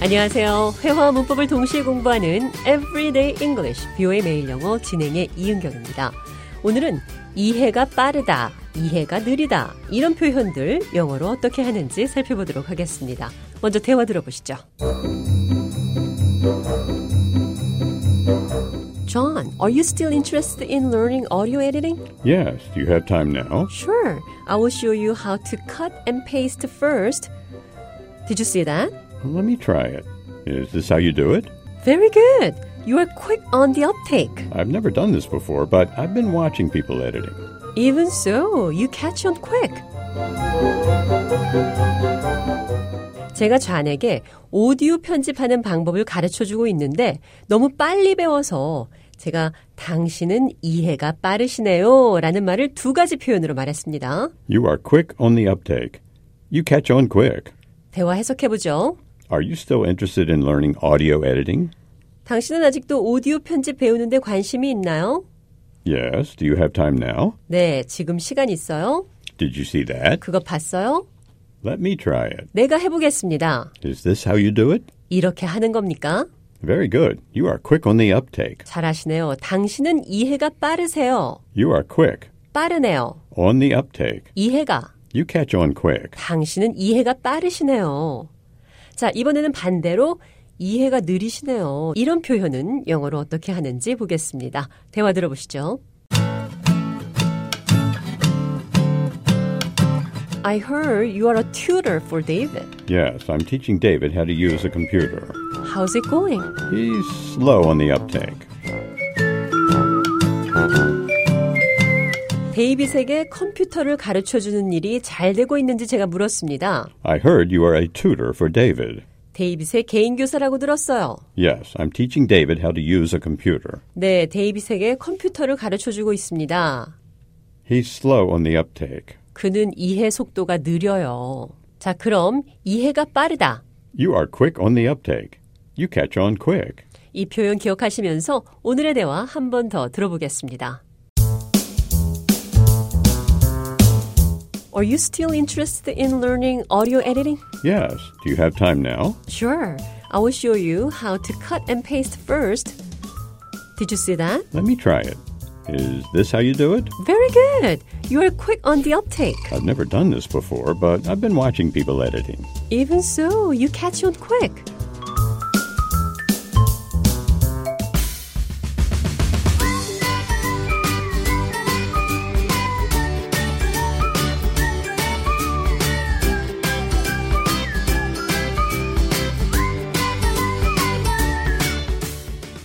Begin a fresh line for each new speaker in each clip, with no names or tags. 안녕하세요. 회화 문법을 동시에 공부하는 Everyday English, 뷰의 매일 영어 진행의 이은경입니다. 오늘은 이해가 빠르다, 이해가 느리다, 이런 표현들 영어로 어떻게 하는지 살펴보도록 하겠습니다. 먼저 대화 들어보시죠. John, are you still interested in learning audio editing?
Yes, do you have time now?
Sure. I will show you how to cut and paste first. Did you see that?
Let me try it. Is this how you do it?
Very good. You are quick on the uptake.
I've never done this before, but I've been watching people editing.
Even so, you catch on quick. 제가 좌에게 오디오 편집하는 방법을 가르쳐 주고 있는데 너무 빨리 배워서 제가 당신은 이해가 빠르시네요 라는 말을 두 가지 표현으로 말했습니다.
You are quick on the uptake. You catch on quick.
대화 해석해 보죠.
Are you still interested in learning audio editing?
당신은 아직도 오디오 편집 배우는데 관심이 있나요?
Yes, do you have time now?
네, 지금 시간 있어요?
Did you see that?
그거 봤어요?
Let me try it.
내가 해보겠습니다.
Is this how you do it?
이렇게 하는 겁니까?
Very good. You are quick on the uptake.
잘하시네요. 당신은 이해가 빠르세요.
You are quick
빠르네요.
on the uptake.
이해가.
You catch on quick.
당신은 이해가 빠르시네요. 자, 이번에는 반대로 이해가 느리시네요. 이런 표현은 영어로 어떻게 하는지 보겠습니다. 대화 들어보시죠. I heard you are a tutor for David.
Yes, I'm teaching David how to use a computer.
How's it going?
He's slow on the uptake.
데이빗에게 컴퓨터를 가르쳐 주는 일이 잘 되고 있는지 제가 물었습니다.
I heard you are a tutor for David.
데이빗의 개인 교사라고 들었어요.
Yes, I'm teaching David how to use a computer.
네, 데이빗에게 컴퓨터를 가르쳐 주고 있습니다.
He's slow on the uptake.
그는 이해 속도가 느려요. 자, 그럼 이해가 빠르다.
You are quick on the uptake. You catch on quick.
이 표현 기억하시면서 오늘의 대화 한 번 더 들어보겠습니다. Are you still interested in learning audio editing?
Yes, do you have time now?
Sure. I will show you how to cut and paste first. Did you see that?
Let me try it. Is this how you do it?
Very good. You are quick on the uptake.
I've never done this before, but I've been watching people editing.
Even so, you catch on quick.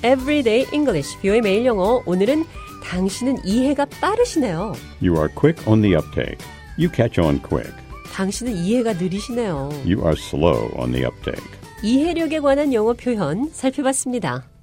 Everyday English, 뷰의 매일 영어. 오늘은 당신은 이해가 빠르시네요.
You are quick on the uptake. You catch on quick.
당신은 이해가 느리시네요.
You are slow on the uptake.
이해력에 관한 영어 표현 살펴봤습니다.